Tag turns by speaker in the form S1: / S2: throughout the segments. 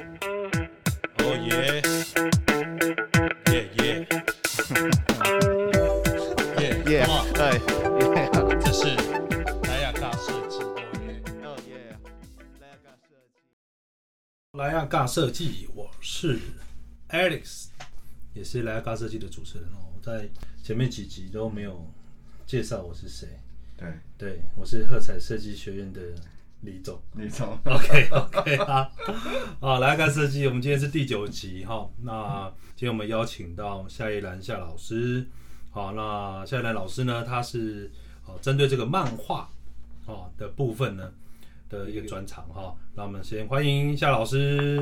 S1: Oh yeah. Yeah, yeah. yeah,
S2: Yeah，
S1: come on.
S2: 对，Yeah，
S1: 这是莱雅尬设计。Oh yeah.
S2: 哦耶，来个设计。
S1: 莱雅尬设计，我是 Alex，也是莱雅尬设计的主持人哦。我在前面几集都没有介绍我是谁，
S3: 对，
S1: 对我是喝彩设计学院的李总。
S3: 你从
S1: OK OK 啊，好，来看设计，我们今天是第九集哈。那今天我们邀请到夏一兰夏老师，好，那夏一兰老师呢，他是哦针对这个漫画哦的部分呢的一个专场哈。那我们先欢迎夏老师，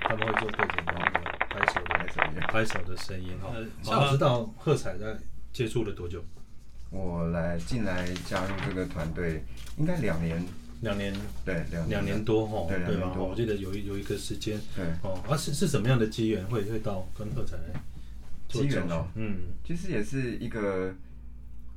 S1: 他们会做背景音乐、拍手的拍手的声音哈。呃夏老师到喝彩在接触了多久？
S3: 我来进来加入这个团队，应该两年，
S1: 两年，
S3: 对，两
S1: 两年多哈，
S3: 对两
S1: 对
S3: 年
S1: 吧？
S3: 多
S1: 我记得有一有一个时间。
S3: 对，
S1: 哦，啊是是什么样的机缘会会到跟喝彩来做
S3: 机
S1: 教
S3: 缘
S1: 学
S3: 哦
S1: 嗯，
S3: 其实也是一个，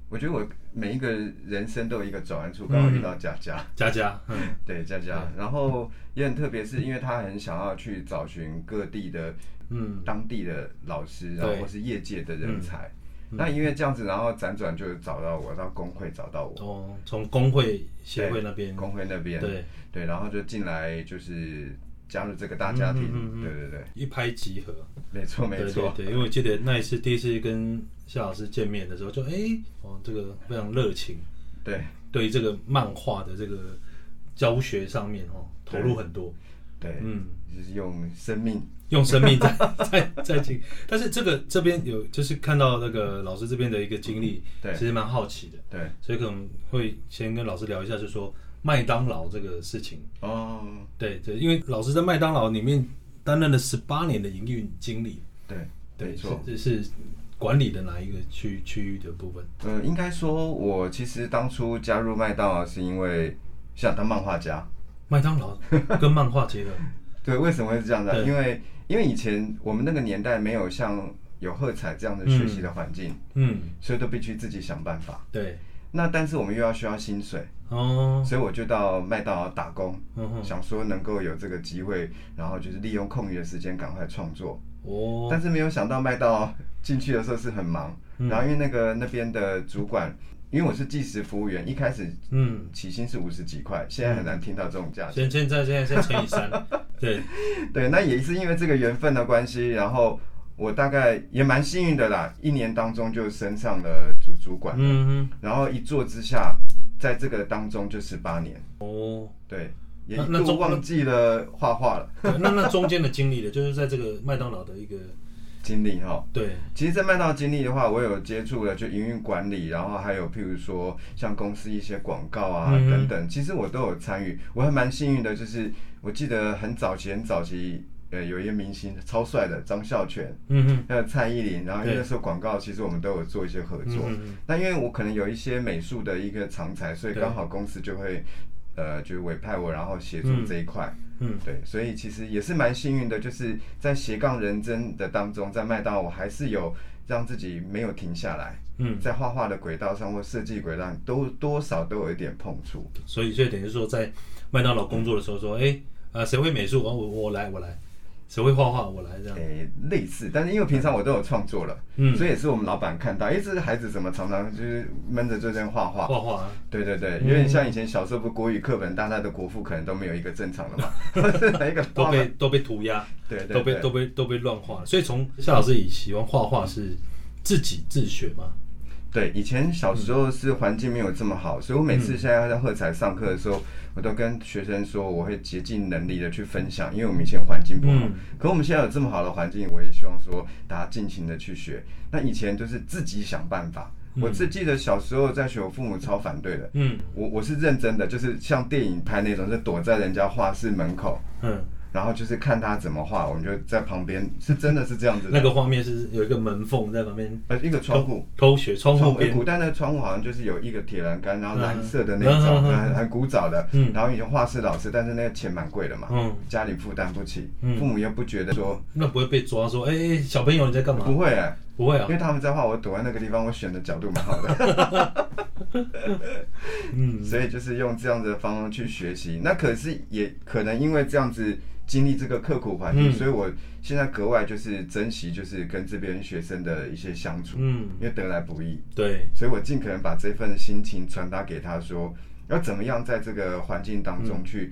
S3: 我觉得我每一个人生都有一个转弯处，刚好遇到佳佳，
S1: 佳佳，嗯，
S3: 对佳佳，然后也很特别，是因为他很想要去找寻各地的
S1: 嗯
S3: 当地的老师，然后
S1: 对嗯
S3: 或是业界的人才。那因为这样子，然后辗转就找到我，到工会找到我，
S1: 哦，从工会协会那边，
S3: 工会那边，
S1: 嗯对，
S3: 对，然后就进来就是加入这个大家庭，
S1: 嗯嗯嗯嗯
S3: 对对对，
S1: 一拍即合，
S3: 没错没
S1: 对
S3: 错，
S1: 对对，因为我记得那一次第一次跟夏老师见面的时候，就哎、哦，这个非常热情，
S3: 对
S1: 对于这个漫画的这个教学上面哦，投入很多，
S3: 对，
S1: 嗯。
S3: 就是用生命，
S1: 用生命在 在在进，但是这个这边有就是看到那个老师这边的一个经历，
S3: 对
S1: 其实蛮好奇的。
S3: 对，
S1: 所以可能会先跟老师聊一下，就是说麦当劳这个事情。
S3: 哦，
S1: 对对，因为老师在麦当劳里面担任了十八年的营运经理，
S3: 对，
S1: 对，
S3: 没错，
S1: 是是是管理的哪一个区区域的部分？
S3: 呃，应该说我其实当初加入麦当劳是因为想当漫画家，
S1: 麦当劳跟漫画结合，
S3: 对，为什么会是这样啊
S1: 对
S3: 的？因为因为以前我们那个年代没有像有喝彩这样的学习的环境，
S1: 嗯，
S3: 所以都必须自己想办法。
S1: 对，
S3: 那但是我们又要需要薪水，
S1: 哦，
S3: 所以我就到麦当劳打工，
S1: 嗯哼，
S3: 想说能够有这个机会，然后就是利用空余的时间赶快创作。
S1: 哦，
S3: 但是没有想到麦当劳进去的时候是很忙，
S1: 嗯
S3: 然后因为那个那边的主管，因为我是计时服务员，一开始
S1: 嗯，
S3: 起薪是五十几块，现在很难听到这种价钱。
S1: 现现在现在现在乘以三， 对，
S3: 对，那也是因为这个缘分的关系，然后我大概也蛮幸运的啦，一年当中就升上了主主管，
S1: 嗯哼，
S3: 然后一做之下，在这个当中就十八年，
S1: 哦，
S3: 对，也
S1: 那
S3: 一
S1: 那
S3: 度
S1: 中
S3: 忘记了画画了
S1: 对那那中间的经历的，就是在这个麦当劳的一个
S3: 经历哈。
S1: 对，
S3: 其实，在麦当劳经历的话，我有接触了就营运管理，然后还有譬如说像公司一些广告啊、
S1: 嗯哼
S3: 等等，其实我都有参与。我还蛮幸运的，就是我记得很早期、很早期，呃，有一个明星超帅的张孝全，
S1: 嗯哼，
S3: 还有蔡依林，然后因为
S1: 对
S3: 那时候广告，其实我们都有做一些合
S1: 嗯
S3: 作。
S1: 哼
S3: 那因为我可能有一些美术的一个常才，所以
S1: 对
S3: 刚好公司就会。呃，就委派我，然后协助这一块，
S1: 嗯，
S3: 对，所以其实也是蛮幸运的，就是在斜杠人生的当中，在麦当劳，我还是有让自己没有停下来，
S1: 嗯。
S3: 在画画的轨道上或设计轨道上都多少都有一点碰触，
S1: 所以所以等于说，在麦当劳工作的时候说，哎、呃，谁会美术？哦，我我来，我来。谁会画画？我来这样。
S3: 诶、类似，但是因为平常我都有创作了，
S1: 嗯
S3: 所以也是我们老板看到，诶，这个孩子怎么常常就是闷着这边画画，
S1: 画画啊，
S3: 对对对，有点像以前小时候，不国语课本，大家的国父可能都没有一个正常的嘛， 哪一个
S1: 都
S3: 画
S1: 被
S3: 了
S1: 都被涂鸦，
S3: 对对
S1: 都被
S3: 对
S1: 都被都被乱画了。所以从夏老师以喜欢画画是自己自学嘛？
S3: 对，以前小时候是环境没有这么好，所以我每
S1: 嗯
S3: 次现在在喝彩上课的时候，我都跟学生说，我会竭尽能力的去分享，因为我们以前环境不好
S1: 嗯，
S3: 可我们现在有这么好的环境，我也希望说大家尽情的去学。那以前就是自己想办法，我是记得小时候在学，我父母超反对的，
S1: 嗯
S3: 我我是认真的，就是像电影拍那种，是躲在人家画室门口。
S1: 嗯，
S3: 然后就是看他怎么画，我们就在旁边，是真的是这样子的。
S1: 那个画面是有一个门缝在旁边
S3: 呃一个窗户，
S1: 偷学，窗户
S3: 呃
S1: 边
S3: 古代那个窗户好像就是有一个铁栏杆，然后蓝色的那
S1: 嗯
S3: 种，
S1: 嗯嗯
S3: 很很古早的。
S1: 嗯
S3: 然后以前画室老师，但是那个钱蛮贵的嘛，
S1: 嗯
S3: 家里负担不起，
S1: 嗯
S3: 父母又不觉得说
S1: 那不会被抓说，哎、哎小朋友你在干嘛？
S3: 不会、欸，
S1: 不会啊
S3: 因，为他们在画，我躲在那个地方，我选的角度蛮好的，
S1: 嗯，
S3: 所以就是用这样的方法去学习。那可是也可能因为这样子经历这个刻苦环境，
S1: 嗯
S3: 所以我现在格外就是珍惜，就是跟这边学生的一些相处，
S1: 嗯，
S3: 因为得来不易，
S1: 对，
S3: 所以我尽可能把这份心情传达给他说，要怎么样在这个环境当中去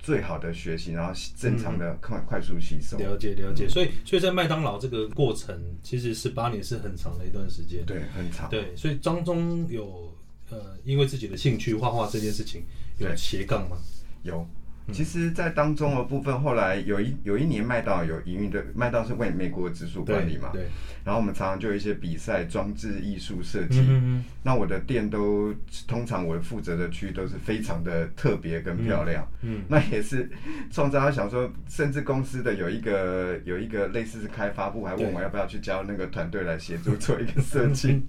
S3: 最好的学习，然后正常的快快速吸收。
S1: 了解了解。
S3: 嗯
S1: 所以所以在麦当劳这个过程，其实十八年是很长的一段时间。
S3: 对，很长。
S1: 对，所以当中有呃，因为自己的兴趣画画这件事情有
S3: 对
S1: 斜杠吗？
S3: 有，
S1: 嗯
S3: 其实，在当中的部分，后来有一有一年麦当劳有营运的，麦当劳是为美国直属管理嘛，
S1: 对，
S3: 然后我们常常就有一些比赛、装置艺术设计。
S1: 嗯
S3: 那我的店都通常我负责的区域都是非常的特别跟漂亮，
S1: 嗯
S3: 那也是创造他想说，甚至公司的有一个有一个类似是开发部，还问我要不要去加入那个团队来协助做一个设计，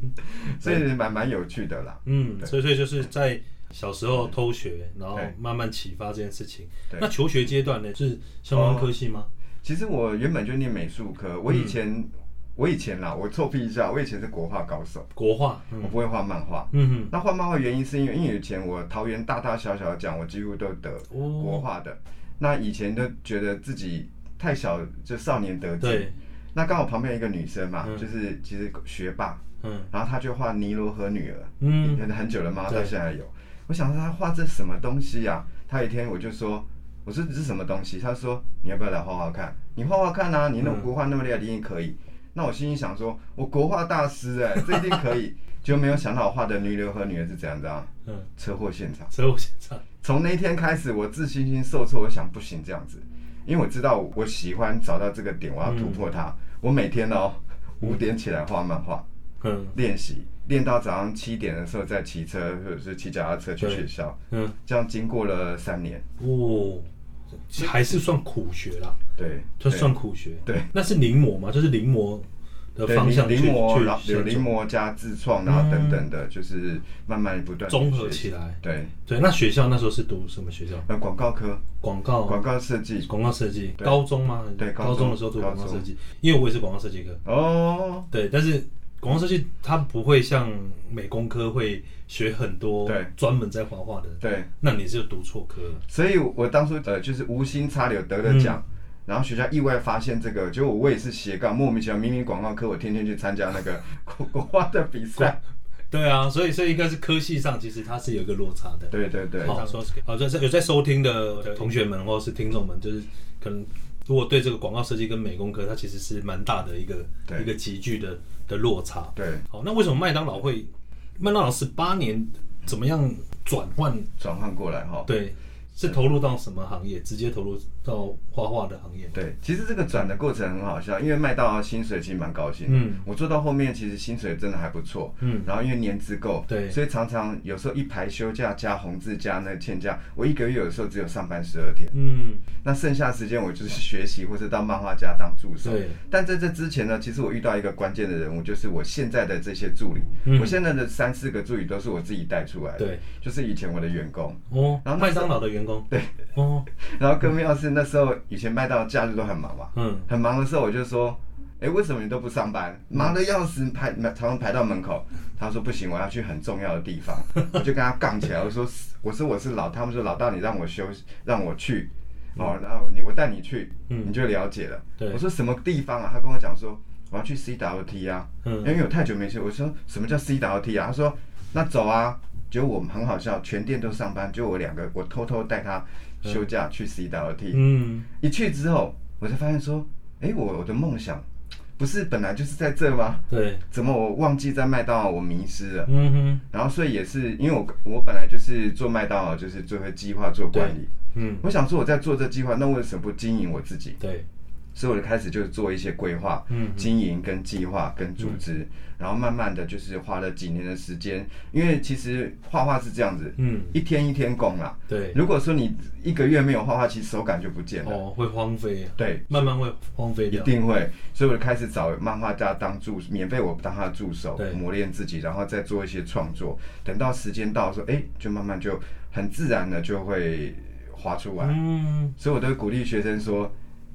S3: 所以蛮蛮有趣的啦。
S1: 嗯，嗯
S3: 对
S1: 所以所以就是在小时候偷学，然后
S3: 对
S1: 慢慢启发这件事情。
S3: 对哦
S1: 那求学阶段呢，是相关科系吗？
S3: 其实我原本就念美术科，我以前、
S1: 嗯
S3: 我以前啦，我臭屁一下，我以前是国画高手，
S1: 国画，
S3: 我
S1: 嗯
S3: 不会画漫画。
S1: 嗯
S3: 那画漫画原因是因为，因为以前我桃园大大小小的奖，我几乎都得
S1: 哼，哦，
S3: 国画的。那以前都觉得自己太小，就少年得志。
S1: 对，
S3: 那刚好旁边有一个女生嘛，
S1: 嗯
S3: 就是其实学霸，
S1: 嗯
S3: 然后她就画尼罗河女儿，
S1: 嗯，
S3: 嗯，很久了吗？到
S1: 对
S3: 现在还有。我想说她画这什么东西呀、啊？她有一天我就说，我说这是什么东西？她说你要不要来画画看？你画画看啊，你那
S1: 嗯
S3: 国画那么厉害，一定可以。那我心里想说，我国画大师哎、这一定可以。 就没有想到我画的女流和女儿是怎样的啊？
S1: 嗯，
S3: 车祸现场。
S1: 所以我现在
S3: 从那一天开始，我自信心受挫，我想不行这样子，因为我知道我喜欢找到这个点，我要突破它。我每天哦五点起来画漫画，
S1: 嗯
S3: 练习，练到早上七点的时候再骑车或者是骑脚踏车去
S1: 对
S3: 学校，
S1: 嗯，
S3: 这样经过了三年，
S1: 哦，还是算苦学啦，
S3: 对，
S1: 就
S3: 对
S1: 算苦学。
S3: 对，
S1: 那是临摹嘛，就是临摹的
S3: 对
S1: 方向去
S3: 临临摹，然后
S1: 去
S3: 有
S1: 先
S3: 临摹加自创，然后等等的，就是慢慢不断地
S1: 综合
S3: 学习
S1: 起来。
S3: 对，
S1: 对，那学校那时候是读什么学校？
S3: 呃，广告科，
S1: 广告
S3: 广告设计，
S1: 广告设计，
S3: 对
S1: 高中吗？
S3: 对高
S1: 高中
S3: 中
S1: 的时候读广告
S3: 高
S1: 设
S3: 中
S1: 计，因为我也是广告设计科。
S3: 哦，
S1: 对，但是广告设计它不会像美工科会学很多
S3: 对
S1: 专门在画画的，
S3: 对，
S1: 那你是读错科了。
S3: 所以我当初呃就是无心插柳得了奖。
S1: 嗯
S3: 然后学校意外发现这个，结果我也是斜杠，莫名其妙，明明广告科，我天天去参加那个 国国画的比赛。
S1: 对啊，所以所以应该是科系上其实它是有一个落差的。
S3: 对对对，
S1: 好，说好，就是有在收听的同学们或是听众们，就是可能如果对这个广告设计跟美工科，它其实是蛮大的一个
S3: 对
S1: 一个集聚的的落差。
S3: 对，
S1: 好，那为什么麦当劳会麦当劳十八年怎么样转换？
S3: 转换过来哈、
S1: 对，是投入到什么行业？直接投入到画画的行业？
S3: 对，其实这个转的过程很好笑，因为麦当劳薪水其实蛮高薪的。
S1: 嗯
S3: 我做到后面其实薪水真的还不错。
S1: 嗯
S3: 然后因为年资够，
S1: 对
S3: 所以常常有时候一排休假加红字加那个欠假，我一个月有时候只有上班十二天，
S1: 嗯，
S3: 那剩下时间我就是学习或是到漫画家当助手。
S1: 对，
S3: 但在这之前呢，其实我遇到一个关键的人物，就是我现在的这些助理，
S1: 嗯
S3: 我现在的三四个助理都是我自己带出来的，
S1: 对，
S3: 就是以前我的员工。
S1: 哦，
S3: 然后
S1: 麦
S3: 那时候
S1: 当劳的员工，对，哦，
S3: 然后更妙是那时候以前麦当劳假日都很忙嘛，
S1: 嗯，
S3: 很忙的时候，我就说，哎、为什么你都不上班？忙的要死，排常常排到门 口。他说不行，我要去很重要的地方， 我就跟他杠起来。我说，我说我是老，他们说老大，你让我休息，让我去。哦，然后你我带你去，
S1: 嗯
S3: 你就了解了。
S1: 对
S3: 我说什么地方啊？他跟我讲说我要去 CWT 啊，
S1: 嗯
S3: 因为我太久没去。我说什么叫 CWT 啊？他说那走啊。结果我们很好笑，全店都上班，就我两个，我偷偷带他休假去 CWT。
S1: 嗯，
S3: 一去之后，我才发现说，哎、我我的梦想不是本来就是在这吗？
S1: 对，
S3: 怎么我忘记在麦当劳我迷失了？
S1: 嗯哼，
S3: 然后所以也是因为我我本来就是做麦当劳，就是最会计划做管理。
S1: 嗯，
S3: 我想说我在做这计划，那为什么不经营我自己？
S1: 对，
S3: 所以我就开始就做一些规划、
S1: 嗯
S3: 经营跟计划跟组织，然后慢慢的就是花了几年的时间，因为其实画画是这样子，
S1: 嗯，
S3: 一天一天供啦。
S1: 对，
S3: 如果说你一个月没有画画，其实手感就不见了。
S1: 哦，会荒废，
S3: 对，
S1: 慢慢会荒废
S3: 啊一
S1: 掉，
S3: 定会，所以我就开始找漫画家当助，免费我当他的助手
S1: 对，
S3: 磨练自己，然后再做一些创作。等到时间到的时候，哎、就慢慢就很自然的就会滑出来。
S1: 嗯，
S3: 所以我都会鼓励学生说，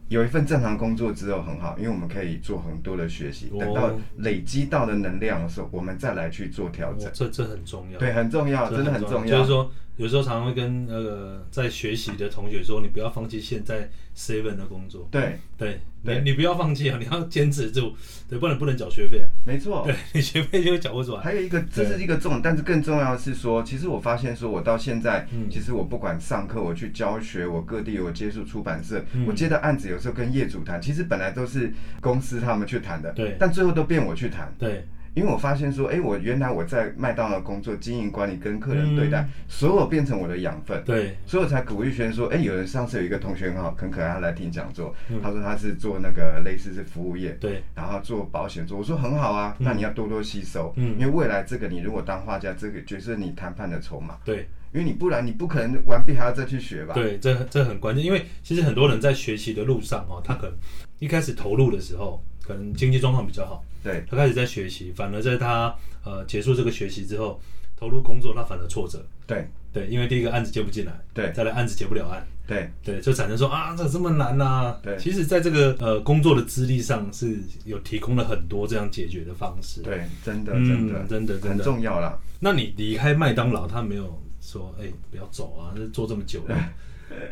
S3: 有一份正常工作之后很好，因为我们可以做很多的学习，
S1: 哦
S3: 等到累积到的能量的时候，我们再来去做调整
S1: 哦。这这很重要，
S3: 对，很重要，啊真的很重
S1: 就
S3: 要
S1: 是。说，有时候常常会跟那个在学习的同学说，你不要放弃现在 seven 的工作，
S3: 对，
S1: 对，
S3: 对
S1: 你你不要放弃啊，你 要坚持住，对，不然不能缴学费啊，
S3: 没错
S1: 对。 你学费就会缴不出来，
S3: 还有一个，这是一个重，但是更重要的是说，其实我发现说，我到现在，
S1: 嗯
S3: 其实我不管上课，我去教学，我各地我接触出版社，
S1: 嗯
S3: 我接的案子有时候跟业主谈，其实本来都是公司他们去谈的，
S1: 对
S3: 但最后都变我去谈。
S1: 对，
S3: 因为我发现说，哎、我原来我在麦当劳工作，经营管理跟客人对待，
S1: 嗯
S3: 所有变成我的养分，
S1: 对，
S3: 所以我才鼓励学生说，哎、有人上次有一个同学很好，很可爱，他来听讲座，
S1: 嗯
S3: 他说他是做那个类似是服务业，
S1: 对，
S3: 然后做保险做，我说很好啊，
S1: 嗯
S3: 那你要多多吸收，
S1: 嗯
S3: 因为未来这个你如果当画家，这个就是你谈判的筹码，
S1: 对，
S3: 因为你不然你不可能完毕还要再去学吧，
S1: 对，这这很关键，因为其实很多人在学习的路上哦，他可能一开始投入的时候，可能经济状况比较好，
S3: 对
S1: 他开始在学习，反而在他呃结束这个学习之后，投入工作，他反而挫折，
S3: 对
S1: 对，因为第一个案子接不进来，
S3: 对
S1: 再来案子结不了案。
S3: 对
S1: 对，就产生说啊，这这么难呐、
S3: 对
S1: 其实在这个呃工作的资历上是有提供了很多这样解决的方式。，
S3: 对，真的真
S1: 嗯
S3: 的、
S1: 真的真的
S3: 很重要啦，
S1: 那你离开麦当劳，他没有说哎、不要走啊，这做这么久 了，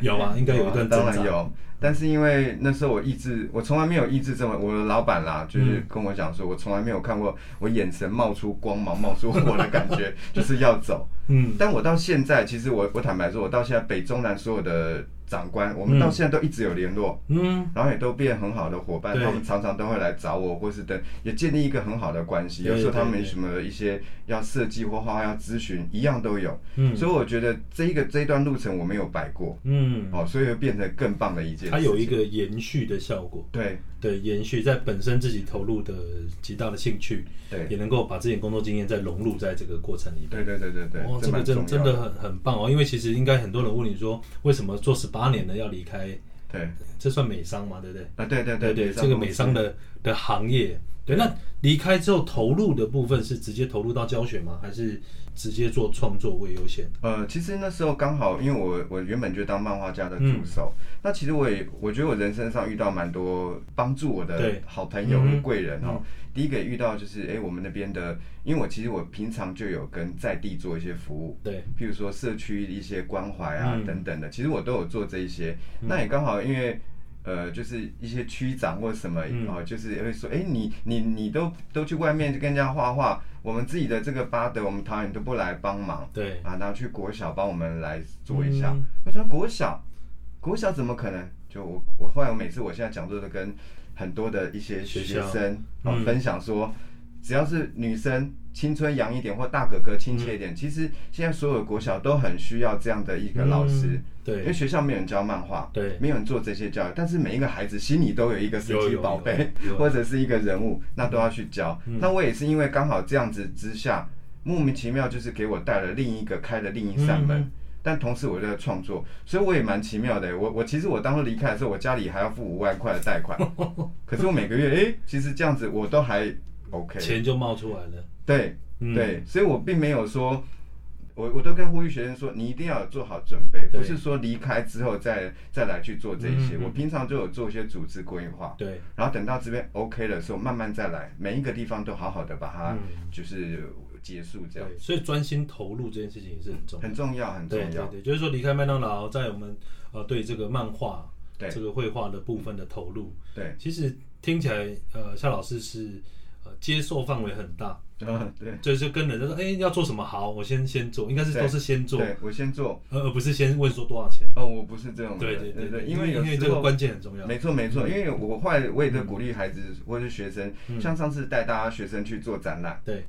S1: 有啊，应该有一段
S3: 哦当
S1: 挣
S3: 然
S1: 扎。
S3: 有，但是因为那时候我意志，我从来没有意志这么，我的老板啦，就是
S1: 嗯
S3: 跟我讲说，我从来没有看过我眼神冒出光芒、冒出火的感 觉，就是要走。
S1: 嗯，
S3: 但我到现在，其实我我坦白说，我到现在北中南所有的长官，我们
S1: 嗯
S3: 到现在都一直有联络。
S1: 嗯，
S3: 然后也都变很好的伙伴，
S1: 对
S3: 他们常常都会来找我，或是等也建立一个很好的关系。
S1: 对
S3: 有时候他
S1: 对
S3: 们
S1: 对
S3: 什么一些要设计或画画要咨询，一样都有。
S1: 嗯
S3: 所以我觉得这一个这一段路程我没有白过。
S1: 嗯，
S3: 哦，所以会变成更棒的一件事情。
S1: 它有一个延续的效果。
S3: 对
S1: 对，延续在本身自己投入的极大的兴趣，也
S3: 对
S1: 能够把自己的工作经验再融入在这个过程里面。
S3: 对对对对对，
S1: 哦，这个
S3: 蛮
S1: 真
S3: 重
S1: 真
S3: 要
S1: 的很很棒哦，因为其实应该很多人问你说，为什么做十八年的要离开？
S3: 对
S1: 这算美商嘛，对不对？
S3: 啊，对对
S1: 对
S3: 对，
S1: 这个美商的的行业，对，那离开之后投入的部分是直接投入到教学吗？还是直接做创作为优先？
S3: 呃，其实那时候刚好，因为我我原本就当漫画家的
S1: 嗯
S3: 助手，那其实我也我觉得我人生上遇到蛮多帮助我的
S1: 对
S3: 好朋友
S1: 嗯
S3: 跟贵人哦。第一个遇到就是，哎，我们那边的，因为我其实我平常就有跟在地做一些服务，
S1: 对，
S3: 譬如说社区一些关怀啊、
S1: 嗯
S3: 等等的，其实我都有做这一些。那也刚好因为。呃，就是一些区长或什么哦、
S1: 嗯
S3: 就是会说，哎、你你你都都去外面跟人家画画，我们自己的这个巴德，我们桃园都不来帮忙
S1: 对，
S3: 啊，然后去国小帮我们来做一下。
S1: 嗯
S3: 我说国小，国小怎么可能？就我我后来我每次我现在讲座都跟很多的一些
S1: 学
S3: 学
S1: 校
S3: 生哦、
S1: 嗯
S3: 分享说，只要是女生青春洋一点或大哥哥亲切一
S1: 嗯
S3: 点，其实现在所有的国小都很需要这样的一个老师，
S1: 嗯
S3: 因为
S1: 对
S3: 学校没有人教漫画，
S1: 对，
S3: 没有人做这些教育，但是每一个孩子心里都有一个神
S1: 有
S3: 奇
S1: 有
S3: 宝贝
S1: 有有
S3: 或者是一个人物，那都要去教。
S1: 嗯
S3: 那我也是因为刚好这样子之下，莫名其妙就是给我带了另一个开了另一扇门。
S1: 嗯
S3: 但同时我就在创作，所以我也蛮奇妙的。欸我我其实我当初离开的时候，我家里还要付五万块的 贷款，可是我每个月哎、诶其实这样子我都还 OK。
S1: 钱就冒出来了。
S3: 对、
S1: 嗯，
S3: 对，所以我并没有说，我我都跟呼吁学生说，你一定要有做好准备，
S1: 对
S3: 不是说离开之后再再来去做这一
S1: 嗯
S3: 些。
S1: 嗯嗯
S3: 我平常就有做一些组织规划，
S1: 对，
S3: 然后等到这边 OK 的时候，慢慢再来，每一个地方都好好的把它
S1: 嗯
S3: 就是结束，啊这样、
S1: 对，所以专心投入这件事情也是很重要。
S3: 很重要，很重
S1: 对对
S3: 要。
S1: 对，就是说离开麦当劳，在我们呃对这个漫画、
S3: 对
S1: 这个绘画的部分的投入，
S3: 对，
S1: 其实听起来，呃，夏老师是呃接受范围很大，
S3: 嗯， 对，
S1: 就是跟人家说，哎、要做什么好，我先先做，应该是
S3: 对
S1: 都是先做，
S3: 对我先做。
S1: 而而不是先问说多少钱。
S3: 哦，我不是这种人，
S1: 对对
S3: 对
S1: 对对，
S3: 因为
S1: 因
S3: 有
S1: 为这
S3: 时
S1: 个啊
S3: 候
S1: 关键很重要。
S3: 没错没错，因为我后来我也在鼓励孩子或是学生，
S1: 嗯
S3: 像上次带大家学生去做展览，
S1: 对，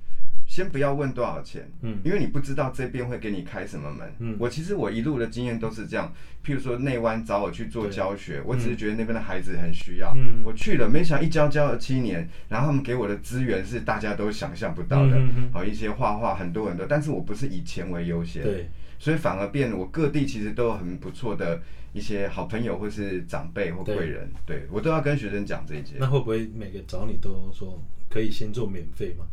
S3: 先不要问多少钱，
S1: 嗯
S3: 因为你不知道这边会给你开什么门。
S1: 嗯
S3: 我其实我一路的经验都是这样，譬如说内湾找我去做
S1: 对
S3: 教学，我只是觉得那边的孩子很需要，
S1: 嗯
S3: 我去了，没想到一教教了七年，然后他们给我的资源是大家都想象不到的，
S1: 嗯嗯嗯
S3: 好、一些画画很多很多，但是我不是以钱为优先，
S1: 对，
S3: 所以反而变我各地其实都有很不错的一些好朋友或是长辈或贵人，对
S1: 嗯
S3: 我都要跟学生讲这一些。
S1: 那会不会每个找你都说可以先做免费嘛？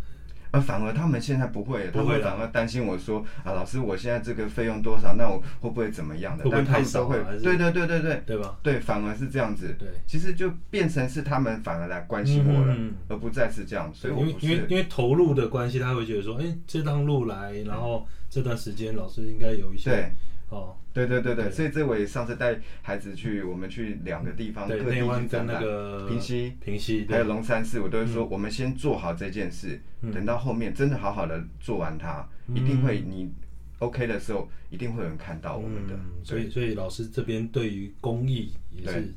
S3: 而啊反而他们现在不会，他
S1: 不会
S3: 们
S1: 啦
S3: 反而担心我说啊，老师，我现在这个费用多少？那我会不会怎么样的？
S1: 会不会
S3: 但他
S1: 太
S3: 们
S1: 少
S3: 都
S1: 啊
S3: 会
S1: 还，是
S3: 对对对对对
S1: 对吧？
S3: 对，反而是这样子。
S1: 对，
S3: 其实就变成是他们反而来关心我了，
S1: 嗯嗯嗯
S3: 而不再是这样。所以我
S1: 因为
S3: 不
S1: 因为
S3: 是
S1: 因为投入的关系，他会觉得说，哎、这趟路来，然后这段时间老师应该有一些
S3: 对。
S1: 哦，
S3: 对对对对，
S1: 对
S3: 所以这我也上次带孩子去，我们去两个地方，
S1: 对，
S3: 各地
S1: 内湾
S3: 去
S1: 跟
S3: 展
S1: 那
S3: 览，
S1: 个
S3: 平溪
S1: 平溪，
S3: 还有
S1: 对，
S3: 龙山寺，我都会说，我们先做好这件事，
S1: 嗯
S3: 等到后面真的好好的做完它，
S1: 嗯
S3: 一定会你 OK 的时候，一定会有人看到我们的。
S1: 嗯，所以所以老师这边对于公益也是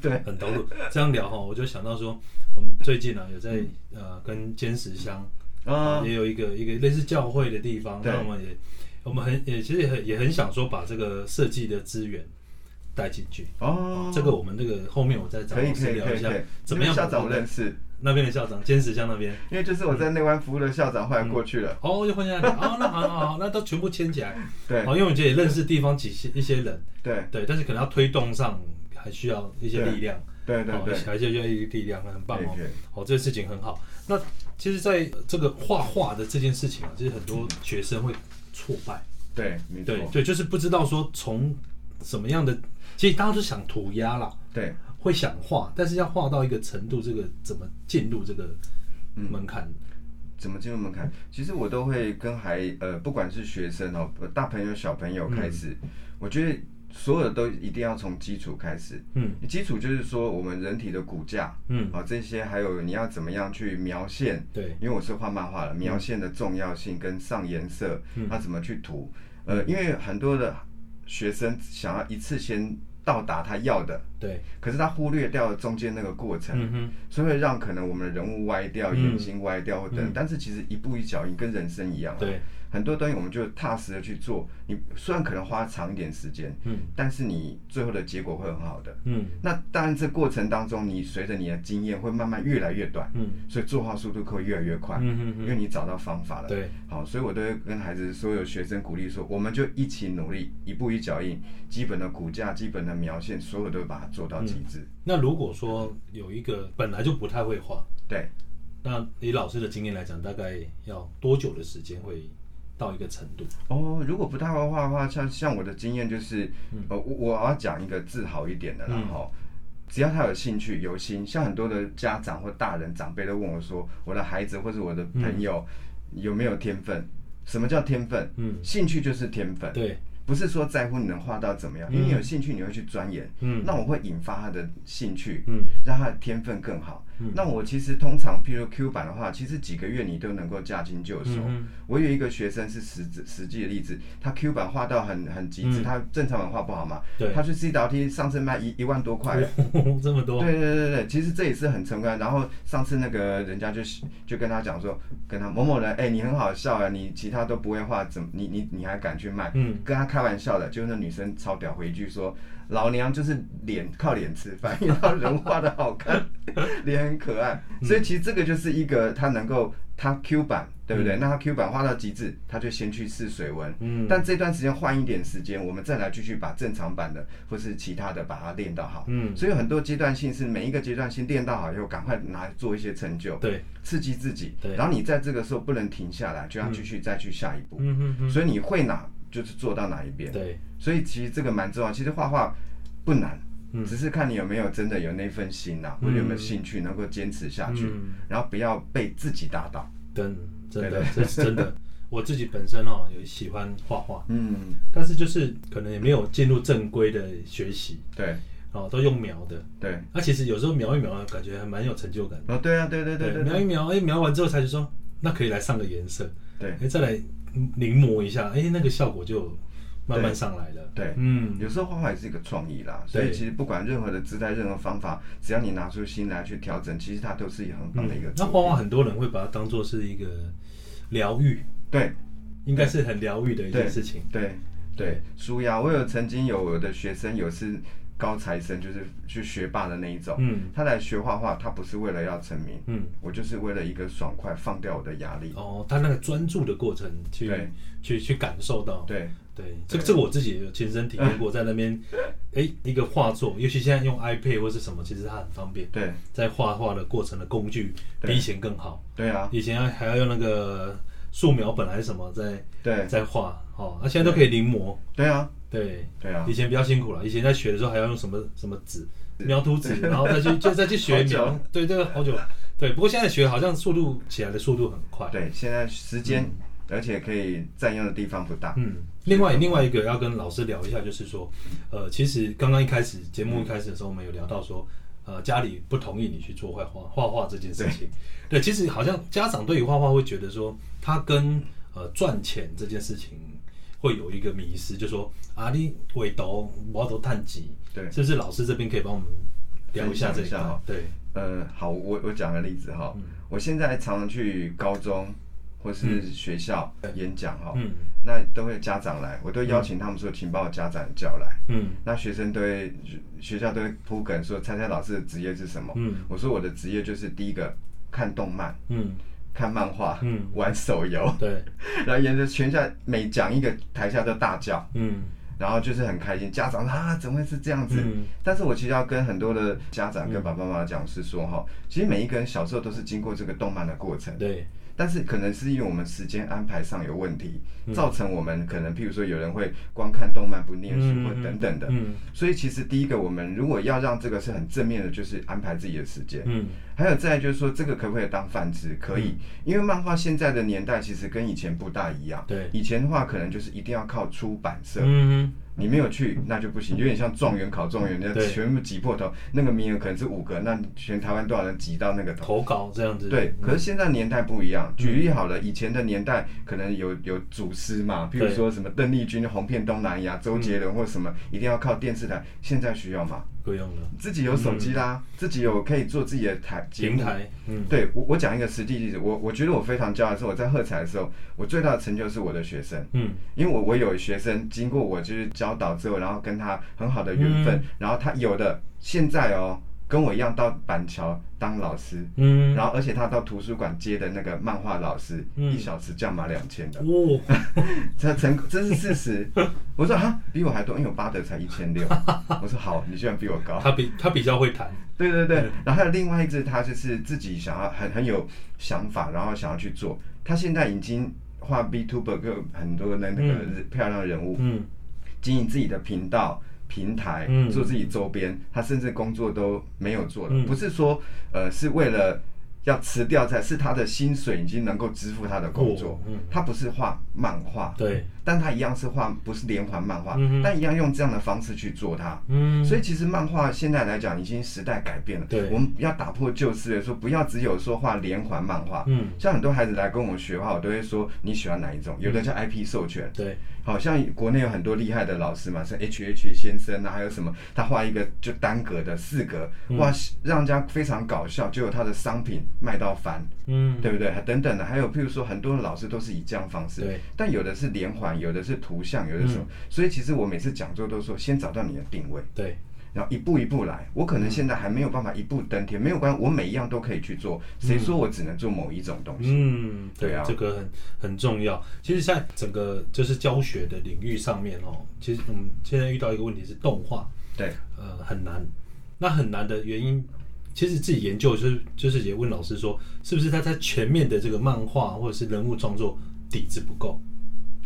S3: 对
S1: 很投入。这样聊哈，哦我就想到说，我们最近啊有在呃跟坚石乡
S3: 嗯啊，
S1: 也有一个一个类似教会的地方，
S3: 对
S1: 那我们也我们很也其实也很也很想说把这个设计的资源带进去。
S3: 哦，
S1: 这个我们这个后面我再找
S3: 可以
S1: 老
S3: 可
S1: 师
S3: 以
S1: 聊
S3: 可
S1: 一
S3: 以
S1: 下
S3: 可以，
S1: 怎么样
S3: 因为校
S1: 把
S3: 长我认识，
S1: 那边的校长，坚石乡那边。
S3: 因为就是我在内湾服务的校长后来过去了，
S1: 哦，又换下来了，哦，那好好好，那都全部牵起来。哦
S3: 对
S1: 好，因为我觉得也认识地方几些一些人，
S3: 对
S1: 对，但是可能要推动上还需要一些力量，
S3: 对对
S1: 哦
S3: 对，
S1: 还需要一些力量，很棒哦
S3: 可以可以。
S1: 哦，这个事情很好。那其实，在这个画画的这件事情啊，其实很多学生会挫败，
S3: 对，没
S1: 对
S3: 错，
S1: 对，就是不知道说从什么样的，其实大家都想涂鸦啦，
S3: 对，
S1: 会想画，但是要画到一个程度，这个怎么进入这个
S3: 嗯
S1: 门槛？
S3: 怎么进入门槛？其实我都会跟孩呃，不管是学生哦，呃大朋友小朋友开始，我觉得所有都一定要从基础开始。
S1: 嗯
S3: 基础就是说我们人体的骨架，
S1: 嗯，
S3: 啊，这些还有你要怎么样去描线，
S1: 对，
S3: 因为我是画漫画的，描线的重要性跟上颜色，
S1: 嗯
S3: 它怎么去涂，呃，因为很多的学生想要一次先到达他要的，
S1: 对，
S3: 可是他忽略掉了中间那个过程，
S1: 嗯哼，
S3: 所以会让可能我们的人物歪掉、
S1: 嗯
S3: 眼睛歪掉或等等，但是其实一步一脚印跟人生一样、啊，
S1: 对，
S3: 很多东西我们就踏实的去做，你虽然可能花长一点时间，
S1: 嗯
S3: 但是你最后的结果会很好的。
S1: 嗯
S3: 那当然，这过程当中，你随着你的经验会慢慢越来越短，
S1: 嗯
S3: 所以作画速度会越来越快，
S1: 嗯
S3: 因
S1: 嗯
S3: 为你找到方法
S1: 嗯，
S3: 了。
S1: 对，
S3: 好，所以我都会跟孩子、所有学生鼓励说，我们就一起努力，一步一脚印，基本的骨架、基本的描线，所有都把它做到极致。
S1: 那如果说有一个本来就不太会画，
S3: 对，
S1: 那以老师的经验来讲，大概要多久的时间会到一个程度？
S3: 哦，如果不太会画的话，像像我的经验就是，呃，我我要讲一个自豪一点的啦
S1: 嗯
S3: 哈。只要他有兴趣、有心，像很多的家长或大人长辈都问我说，我的孩子或者我的朋友、有没有天分？什么叫天分？
S1: 嗯，
S3: 兴趣就是天分，
S1: 对，
S3: 不是说在乎你能画到怎么样，因为你有兴趣，你会去钻研。
S1: 嗯
S3: 那我会引发他的兴趣，
S1: 嗯
S3: 让他的天分更好。那我其实通常，譬如 Q 版的话，其实几个月你都能够驾轻就熟。
S1: 嗯
S3: 我有一个学生是实质实际的例子，他 Q 版画到很很极致，
S1: 嗯
S3: 他正常版画不好嘛，
S1: 对
S3: 他去 C 导 T 上次卖一一万多块。
S1: 哼， 这么多，
S3: 对对对对，其实这也是很成功啊的。然后上次那个人家就就跟他讲说，跟他某某人，哎、你很好笑啊，你其他都不会画，怎么你你你还敢去卖？
S1: 嗯，
S3: 跟他开玩笑的，就那女生超屌回一句说：“老娘就是脸靠脸吃饭，因为她人画的好看，脸很可 爱。”
S1: 嗯
S3: 所以其实这个就是一个他能够他 Q 版，对不对？那他 Q 版画到极致，他就先去试水温。
S1: 嗯
S3: 但这段时间换一点时间，我们再来继续把正常版的或是其他的把它练到好。
S1: 嗯
S3: 所以有很多阶段性是每一个阶段性练到好以后，赶快拿做一些成就，
S1: 对，
S3: 刺激自己。
S1: 对
S3: 然后你在这个时候不能停下来，就要继续再去下一步。
S1: 嗯哼哼，
S3: 所以你会哪就是做到哪一边。
S1: 对，
S3: 所以其实这个蛮重要。其实画画不难，
S1: 嗯
S3: 只是看你有没有真的有那份心呐、啊，或者有没有兴趣能够坚持下去，
S1: 嗯
S3: 然后不要被自己打倒。
S1: 真真
S3: 对
S1: 的，这是真的。 我自己本身哦，有喜欢画画，
S3: 嗯，
S1: 但是就是可能也没有进入正规的学习，
S3: 对
S1: 哦，都用描的。
S3: 对，
S1: 那、其实有时候描一描，感觉还蛮有成就感的。
S3: 哦对啊，对对对对
S1: 描一
S3: 对
S1: 描，哎，描完之后才就说，那可以来上个颜色，
S3: 对
S1: 哎，再来临摹一下，哎，那个效果就慢慢上来了。
S3: 对。
S1: 嗯，
S3: 有时候画画也是一个创意啦，所以
S1: 对
S3: 其实不管任何的姿态、任何方法，只要你拿出心来去调整，其实它都是一个很棒的一个
S1: 嗯那
S3: 作品。
S1: 画画很多人会把它当做是一个疗愈，
S3: 对
S1: 应该是很疗愈的一件事情。
S3: 对对，舒压。我有曾经有我的学生有次高材生，就是去学霸的那一种。
S1: 嗯
S3: 他来学画画，他不是为了要成名，
S1: 嗯，
S3: 我就是为了一个爽快，放掉我的压力。
S1: 哦，他那个专注的过程去
S3: 对
S1: 去去感受到，
S3: 对，
S1: 对，这个这个我自己也有亲身体验过，在那边，哎，一个画作，尤其现在用 iPad 或是什么，其实它很方便，
S3: 对，
S1: 在画画的过程的工具比
S3: 对
S1: 以前更好，
S3: 对啊，
S1: 以前还要用那个素描本来是什么在
S3: 对，
S1: 在画，哦，那、现在都可以临摹，
S3: 对啊，
S1: 对，
S3: 对啊
S1: 以，前比较辛苦了，以前在学的时候还要用什么什么纸，描图纸，然后再去就再去学
S3: 好
S1: 描
S3: 久，
S1: 对，这个好久，对，不过现在学好像速度起来的速度很快，
S3: 对，现在时间，而且可以占用的地方不大。
S1: 嗯，另外另外一个要跟老师聊一下，就是说，呃，其实刚刚一开始节目一开始的时候，我们有聊到说，呃，家里不同意你去做画画画画这件事情。对，其实好像家长对于画画会觉得说，他跟呃赚钱这件事情会有一个迷失，就说啊，你尾斗我都探几，
S3: 对
S1: 是不是？老师这边可以帮我们聊一下这一
S3: 分享一下
S1: 块
S3: 哦，
S1: 对，
S3: 呃，好，我我讲个例子哈，
S1: 嗯
S3: 我现在常常去高中或是学校演讲哈，
S1: 嗯
S3: 那都会有家长来，我都邀请他们说，请把我家长叫来。
S1: 嗯
S3: 那学生都会学校都会铺梗说，猜猜老师的职业是什么？
S1: 嗯
S3: 我说我的职业就是第一个看动漫、
S1: 嗯，
S3: 看漫画、
S1: 嗯
S3: 玩手游，
S1: 对，
S3: 然后沿着全校每讲一个，台下都大叫，
S1: 嗯
S3: 然后就是很开心。家长啊，怎么会是这样子？
S1: 嗯
S3: 但是我其实要跟很多的家长跟爸爸妈妈讲是说哈，其实每一个人小时候都是经过这个动漫的过程，
S1: 嗯对，
S3: 但是可能是因为我们时间安排上有问题，
S1: 嗯
S3: 造成我们可能譬如说有人会光看动漫不念书或等等的。
S1: 嗯
S3: 所以其实第一个，我们如果要让这个是很正面的，就是安排自己的时间。
S1: 嗯
S3: 还有再来就是说，这个可不可以当饭吃？可以，因为漫画现在的年代其实跟以前不大一样。
S1: 对
S3: 以前的话可能就是一定要靠出版社，
S1: 嗯
S3: 你没有去那就不行，有点像状元考状元，人家
S1: 对
S3: 全部挤破头，那个名额可能是五个，那全台湾多少人挤到那个头？
S1: 投嗯稿这样子，
S3: 对，可是现在年代不一样。举例好了，以前的年代可能有有祖师嘛，譬如
S1: 对嗯
S3: 说什么邓丽君红遍东南亚、周杰伦或什么，一定要靠电视台。现在需要嘛？
S1: 不用了。
S3: 自己有手机啦，自己有可以做自己的台节目
S1: 嗯平。台，嗯，
S3: 对我，我讲一个实际例子，我我觉得我非常骄傲的是，我在喝彩的时候，我最大的成就是我的学生，
S1: 嗯
S3: 因为我我有学生经过我就是教导之后，然后跟他很好的缘
S1: 嗯
S3: 分，然后他有的现在哦，跟我一样到板桥当老师，
S1: 嗯，
S3: 然后而且他到图书馆接的那个漫画老师，
S1: 嗯
S3: 一小时价码两千的，
S1: 哦，
S3: 这成这是事实。 我说哈，比我还多，因为我巴德才一千 六，我说好，你居然比我高。
S1: 哦他比他比较会弹，
S3: 对对
S1: 嗯
S3: 对，然后还有另外一只，他就是自己想要很很有想法，然后想要去做。他现在已经画 B two b e r 很多的那个人漂亮的人物，
S1: 嗯
S3: 经营自己的频道。平台
S1: 嗯
S3: 做自己周边，他甚至工作都没有做了，
S1: 嗯
S3: 不是说呃是为了要辞掉在，是他的薪水已经能够支付他的工作。
S1: 哦嗯
S3: 他不是画漫画，
S1: 对，
S3: 但他一样是画，不是连环漫画，
S1: 嗯哼
S3: 但一样用这样的方式去做它。
S1: 嗯，
S3: 所
S1: 以
S3: 以其实漫画现在来讲，已经时代改变了。
S1: 对
S3: 我们要打破旧思维，说不要只有说画连环漫画。
S1: 嗯
S3: 像很多孩子来跟我学画，我都会说你喜欢哪一种，有的叫 IP 授权。
S1: 对，
S3: 好像国内有很多厉害的老师嘛，像 H H 先生啊，还有什么，他画一个就单格的四格，
S1: 嗯
S3: 哇，让人家非常搞笑，就有他的商品卖到翻，
S1: 嗯
S3: 对不对？还等等的，还有譬如说很多的老师都是以这样方式，
S1: 对，嗯
S3: 但有的是连环，有的是图像，有的是什么，所以其实我每次讲座都说，先找到你的定位。
S1: 对，
S3: 然后一步一步来。我可能现在还没有办法一步登天，没有关系，我每一样都可以去做。谁说我只能做某一种东西？
S1: 嗯，对
S3: 对啊
S1: 这个很很重要。其实，在整个就是教学的领域上面哦，其实我们现在遇到一个问题是动画，
S3: 对
S1: 呃，很难。那很难的原因，其实自己研究就是就是也问老师说，是不是他在全面的这个漫画或者是人物创作底子不够，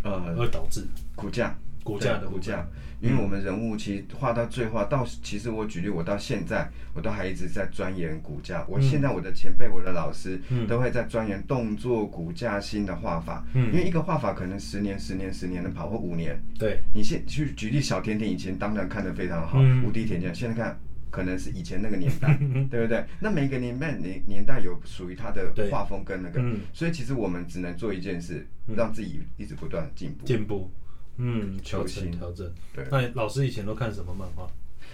S3: 呃，
S1: 而导致
S3: 骨架，
S1: 骨架的嗯
S3: 对
S1: 部
S3: 骨
S1: 分
S3: 架，因为我们人物其实画到最画到，其实我举例，我到现在我都还一直在钻研骨架。我现在我的前辈，我的老师
S1: 嗯
S3: 都会在钻研动作、骨架、新的画法。
S1: 嗯
S3: 因为一个画法可能十年、十年、十年的跑，或五年。
S1: 对，
S3: 你现去举例，小甜甜以前当然看得非常好，
S1: 嗯
S3: 无敌铁匠，现在看可能是以前那个年 代，对不对？那每个年代年年代有属于它的
S1: 对
S3: 画风跟那个，
S1: 嗯
S3: 所以其实我们只能做一件事，让自己一直不断地进步。
S1: 进步，嗯，调
S3: 求
S1: 整
S3: 新
S1: 调整。
S3: 对
S1: 那你老师以前都看什么漫画？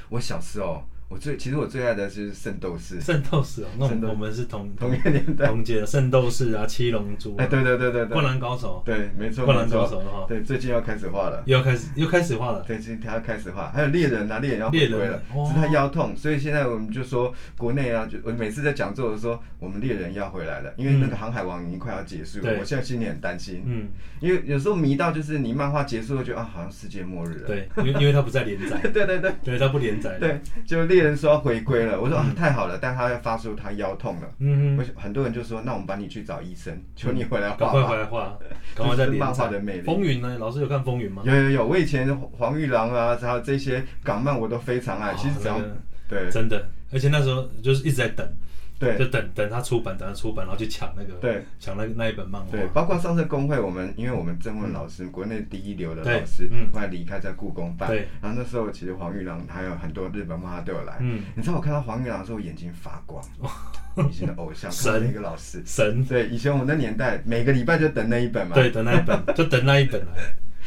S3: 我小时候，我最其实我最爱的就是《圣斗士》，
S1: 圣斗士哦，那我
S3: 圣
S1: 们
S3: 斗士
S1: 我们是同
S3: 同一个年代。
S1: 同届的圣斗士啊，七龙珠、
S3: 哎，
S1: 啊，
S3: 对对对对对，
S1: 灌篮高手，
S3: 对，没错
S1: 灌
S3: 没
S1: 篮高
S3: 错。
S1: 手哈，
S3: 对，最近要开始画了。
S1: 又要开始又开始画了，
S3: 对，今天要开始画，还有猎人啊，猎人要回
S1: 猎
S3: 归
S1: 人
S3: 了，
S1: 哦
S3: 是他腰痛，所以现在我们就说国内啊，就我每次在讲座的时候，我们猎人要回来了，因为那个航海王已经快要结束了，
S1: 对
S3: 我现在心里很担心，
S1: 嗯，
S3: 因为有时候迷到就是你漫画结束了，就啊，好像世界末日了。
S1: 对，因为因为他不在连载，
S3: 对 对对
S1: 对他不连载，，
S3: 对，就猎人说要回归了，我说啊，太好了，但他要发出他腰痛了。
S1: 嗯
S3: 我
S1: 哼，
S3: 想很多人就说，那我们帮你去找医生，求你回来
S1: 赶快
S3: 画
S1: 回
S3: 吧。
S1: 来画，赶快再
S3: 这是
S1: 连
S3: 漫画
S1: 载
S3: 的魅力
S1: 风云呢？老师有看风云吗？
S3: 有有有，我以前黄玉郎啊，还有这些港漫我都非常爱。啊其实只要
S1: 哦那
S3: 对
S1: 个真的，而且那时候就是一直在等，
S3: 对
S1: 就等等他出版，等他出版，然后去抢那个，
S3: 对，
S1: 抢那个那一本漫画，
S3: 对，包括上次工会，我们因为我们郑问老师，国内第一流的
S1: 嗯对
S3: 老师
S1: 嗯，
S3: 后来离开在故宫办
S1: 对，
S3: 然后那时候其实黄玉郎还有很多日本漫画都有来。
S1: 嗯，哦
S3: 你知道我看到黄玉郎的时候，我眼睛发光，以前的 偶像，
S1: 神
S3: 看到一个老师。
S1: 神，
S3: 对，以前我们那年代，每个礼拜就等那一本嘛。
S1: 对，等那一本，就等那一本 来。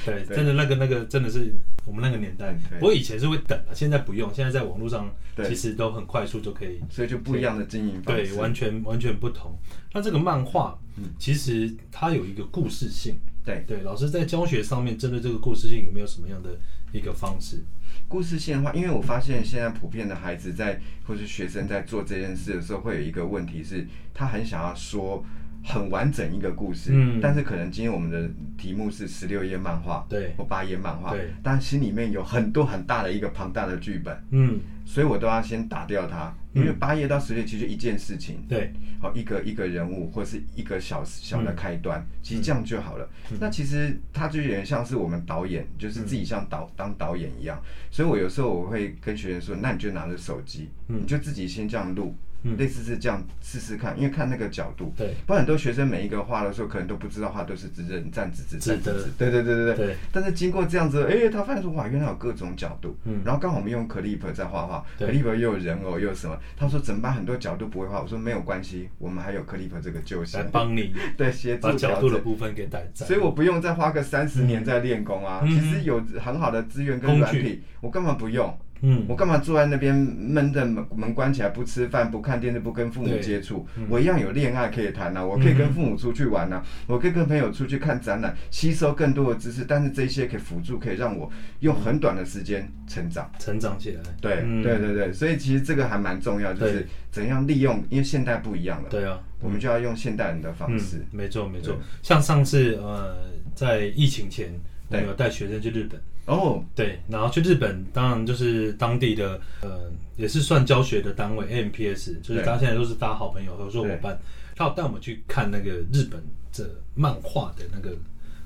S1: 对，
S3: 对
S1: 真的那个那个真的是我们那个年代
S3: 嗯，对
S1: 不过以前是会等啊，现在不用，现在在网络上
S3: 对哦
S1: 其实都很快速就可以，
S3: 所以就不一样的经营方式。
S1: 对，完全完全不同。那这个漫画
S3: 嗯
S1: 其实它有一个故事性，
S3: 对
S1: 对，老师在教学上面针对这个故事性有没有什么样的一个方式？
S3: 故事线的话，因为我发现现在普遍的孩子在或是学生在做这件事的时候，会有一个问题是，他很想要说很完整一个故事，
S1: 嗯
S3: 但是可能今天我们的题目是十六页漫画，
S1: 对
S3: 或八页漫画，
S1: 对，
S3: 但心里面有很多很大的一个庞大的剧本，
S1: 嗯，
S3: 所以我都要先打掉它，因为八页到十页其实就一件事情，
S1: 对，
S3: 好一个一个人物或是一个小小
S1: 嗯
S3: 的开端，其实这样就好了。那其实它就有点像是我们导演，就是
S1: 嗯
S3: 自己像导、当导演一样。所以我有时候我会跟学员说，那你就拿着手机，
S1: 嗯
S3: 你就自己先这样录，
S1: 嗯
S3: 类似是这样试试看，因为看那个角度。
S1: 对，
S3: 不然很多学生每一个画的时候，可能都不知道画都是指人站直直
S1: 直
S3: 站直
S1: 的
S3: 直，对对对对对。
S1: 对，
S3: 但是经过这样子，哎、他发现说哇，原来有各种角度，
S1: 嗯
S3: 然后刚好我们用 clip 在画画
S1: 对
S3: ，clip 又有人偶又有什么，他说怎么办？很多角度不会画，我说没有关系，我们还有 clip 这个救
S1: 来
S3: 星，
S1: 帮你
S3: 对，协
S1: 把
S3: 助
S1: 角
S3: 调
S1: 度的
S3: 整。
S1: 部分给带在。
S3: 所以我不用再花个三十年在练功啊，
S1: 嗯
S3: 其实有很好的资源
S1: 工
S3: 跟
S1: 具
S3: 软体，我干嘛不用？
S1: 嗯，
S3: 我干嘛坐在那边闷着门门关起来不吃饭不看电视不跟父母
S1: 对
S3: 接触
S1: 嗯？
S3: 我一样有恋爱可以谈啊，我可以
S1: 嗯
S3: 跟
S1: 哼
S3: 父母出去玩啊，我可以跟朋友出去看展览，吸收更多的知识。但是这些可以辅助，可以让我用很短的时间成长。
S1: 成长起来。
S3: 对、
S1: 嗯
S3: 对对对，所以其实这个还蛮重要，就
S1: 对
S3: 是怎样利用，因为现代不一样了，
S1: 对啊，
S3: 我们就要用现代人的方
S1: 嗯
S3: 式。，
S1: 没错没错
S3: 对。
S1: 像上次呃，在疫情前，我
S3: 对
S1: 们有带学生去日本，
S3: 哦，
S1: 对，然后去日本，当然就是当地的呃，也是算教学的单位 AMPS，就是
S3: 对
S1: 大家现在都是大家好朋友、合作伙伴，他有带我们去看那个日本这漫画的那个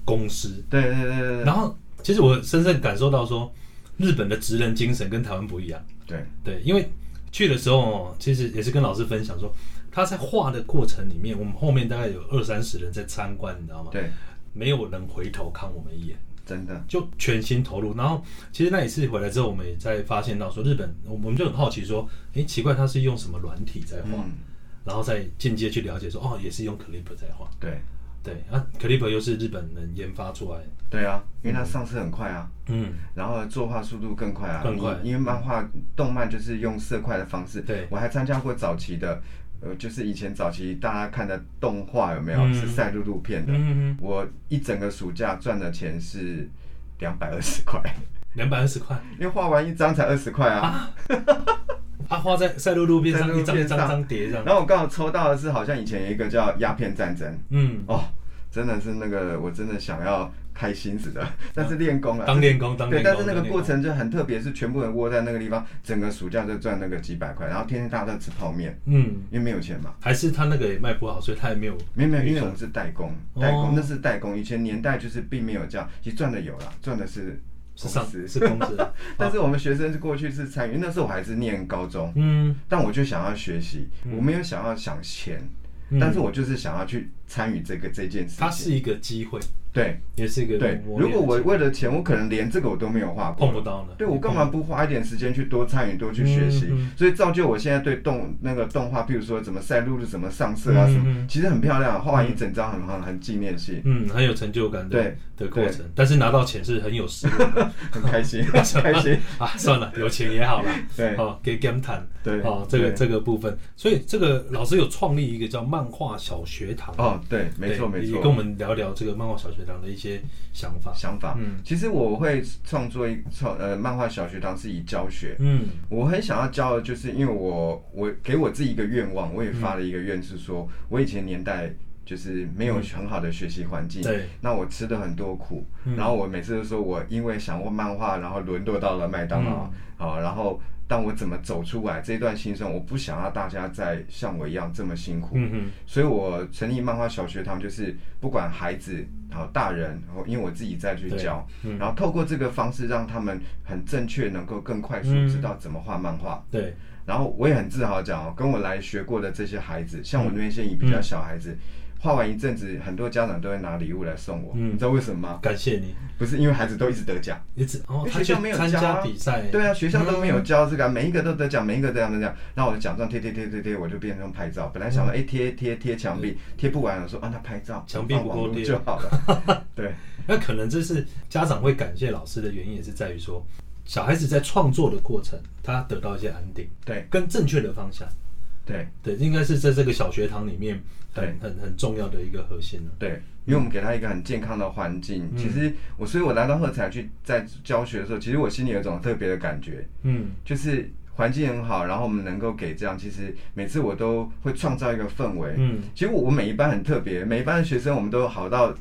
S1: 公司，
S3: 对对对对对
S1: 然后其实我深深感受到说，日本的职人精神跟台湾不一样。
S3: 对，
S1: 对，因为去的时候哦，其实也是跟老师分享说，他在画的过程里面，我们后面大概有二三十人在参观，你知道吗？
S3: 对，
S1: 没有人回头看我们一眼，
S3: 真的，
S1: 就全心投入。然后其实那一次回来之后，我们也在发现到说，日本我们就很好奇说，诶，奇怪，他是用什么软体在画？
S3: 嗯，
S1: 然后再间接去了解说，哦，也是用 Clip 在画。
S3: 对
S1: 对，啊，Clip 又是日本人研发出来的，
S3: 对啊，因为它上色很快啊。
S1: 嗯，
S3: 然后作画速度更快啊，
S1: 更快
S3: 你因为漫画、动漫就是用色块的方式。
S1: 对
S3: 我还参加过早期的，呃，就是以前早期大家看的动画有没有、
S1: 嗯
S3: 是赛璐璐片的？
S1: 嗯，
S3: 我一整个暑假赚的钱是两百二十块，
S1: 两百二十块
S3: 因为画完一张才二十块啊。
S1: 啊，啊，画在赛璐璐边
S3: 赛
S1: 上
S3: 璐
S1: 一
S3: 璐
S1: 张一
S3: 边
S1: 张
S3: 上
S1: 张叠这样，
S3: 然后我刚好抽到的是好像以前有一个叫鸦片战争
S1: 嗯，
S3: 哦，真的是那个我真的想要开心死的，但是练功了。
S1: 当练功，当
S3: 对，
S1: 练功。
S3: 但是那
S1: 当
S3: 个
S1: 练
S3: 过
S1: 功，
S3: 程就很特别，是全部人窝在那个地方，整个暑假就赚那个几百块，然后天天大家都吃泡面，
S1: 嗯，
S3: 因为没有钱嘛。
S1: 还是他那个也卖不好，所以他也没有，
S3: 没有没有，因为我们是代工，
S1: 哦
S3: 代工那是代工，以前年代就是并没有这样，其实赚的有啦，赚的是
S1: 是
S3: 公
S1: 上
S3: 司。
S1: 是公司 的，
S3: 但是我们学生是过去是参与，那时候我还是念高中，
S1: 嗯，
S3: 但我就想要学习，我没有想要想钱，
S1: 嗯
S3: 但是我就是想要去参与这个这件事
S1: 它
S3: 情。
S1: 是一个机会，
S3: 对
S1: 也是一个
S3: 对，
S1: 磨
S3: 如
S1: 练哦
S3: 果我
S1: 的机
S3: 为了钱，我可能连这个我都没有画
S1: 会
S3: 过
S1: 碰。不到呢，
S3: 对我干嘛不花一点时间去多参与、多去学习？
S1: 嗯嗯
S3: 所以造就我现在对动那个动画，譬如说怎么赛璐璐、怎么上色啊，
S1: 嗯
S3: 什么、
S1: 嗯
S3: 其实很漂亮，画完一整张很好，很纪念性，
S1: 嗯，很有成就感的
S3: 对
S1: 的过程，但是拿到钱是很有失落 感
S3: 很 开心，很开心。
S1: 啊。算了，有钱也好啦。
S3: 对
S1: 哦，给 game 谈
S3: 对
S1: 哦，这个
S3: 对
S1: 这个部分，所以这个老师有创立一个叫漫画小学堂，
S3: 哦，对，没
S1: 对
S3: 错没
S1: 也
S3: 错。
S1: 跟我们聊聊这个漫画小学堂的一些想法。
S3: 想法，
S1: 嗯
S3: 其实我会创作一创呃漫画小学堂是以教学，
S1: 嗯
S3: 我很想要教的就是，因为我我给我自己一个愿
S1: 嗯
S3: 望，我也发了一个愿是说，我以前年代就是没有很好的学习环境，
S1: 对
S3: 那我吃的很多苦，
S1: 嗯
S3: 然后我每次都说我因为想画漫画，然后沦落到了麦当劳，
S1: 嗯
S3: 好、然后但我怎么走出来这段心声，我不想要大家再像我一样这么辛苦，
S1: 嗯哼
S3: 所以我成立漫画小学堂，就是不管孩子好大人，然后因为我自己再去教，
S1: 对嗯
S3: 然后透过这个方式让他们很正确，能够更快速
S1: 嗯
S3: 知道怎么画漫画。
S1: 对，
S3: 然后我也很自豪地讲哦，跟我来学过的这些孩
S1: 嗯
S3: 子，像我那边现在比较小孩子，画完一阵子，很多家长都会拿礼物来送我，
S1: 嗯
S3: 你知道为什么吗？
S1: 感谢你，
S3: 不是因为孩子都一直得奖。
S1: 一直哦，
S3: 因
S1: 他
S3: 为学
S1: 去
S3: 校没有
S1: 参
S3: 教
S1: 加
S3: 啊
S1: 比赛，
S3: 对啊，学校都没有教这个啊，每一个都得奖，每一个都得奖。然后我的奖状贴贴贴贴贴，我就变成拍照。本来想说，哎、贴贴贴墙壁，贴不完，我说啊，那拍
S1: 嗯
S3: 照，
S1: 墙壁
S3: 放
S1: 不
S3: 网
S1: 够
S3: 络
S1: 贴
S3: 就好了。对，
S1: 那可能这是家长会感谢老师的原因，也是在于说，小孩子在创作的过程，他得到一些安定，
S3: 对，
S1: 跟正确的方向，
S3: 对，
S1: 对，应该是在这个小学堂里面很很很重要的一个核心啊了。
S3: 对，因为我们给他一个很健康的环境。
S1: 嗯
S3: 其实我，所以我来到喝彩去在教学的时候，其实我心里有一种特别的感觉，
S1: 嗯
S3: 就是环境很好，然后我们能够给这样，其实每次我都会创造一个氛围。
S1: 嗯，
S3: 其实我我每一班很特别，每一班的学生我们都好到，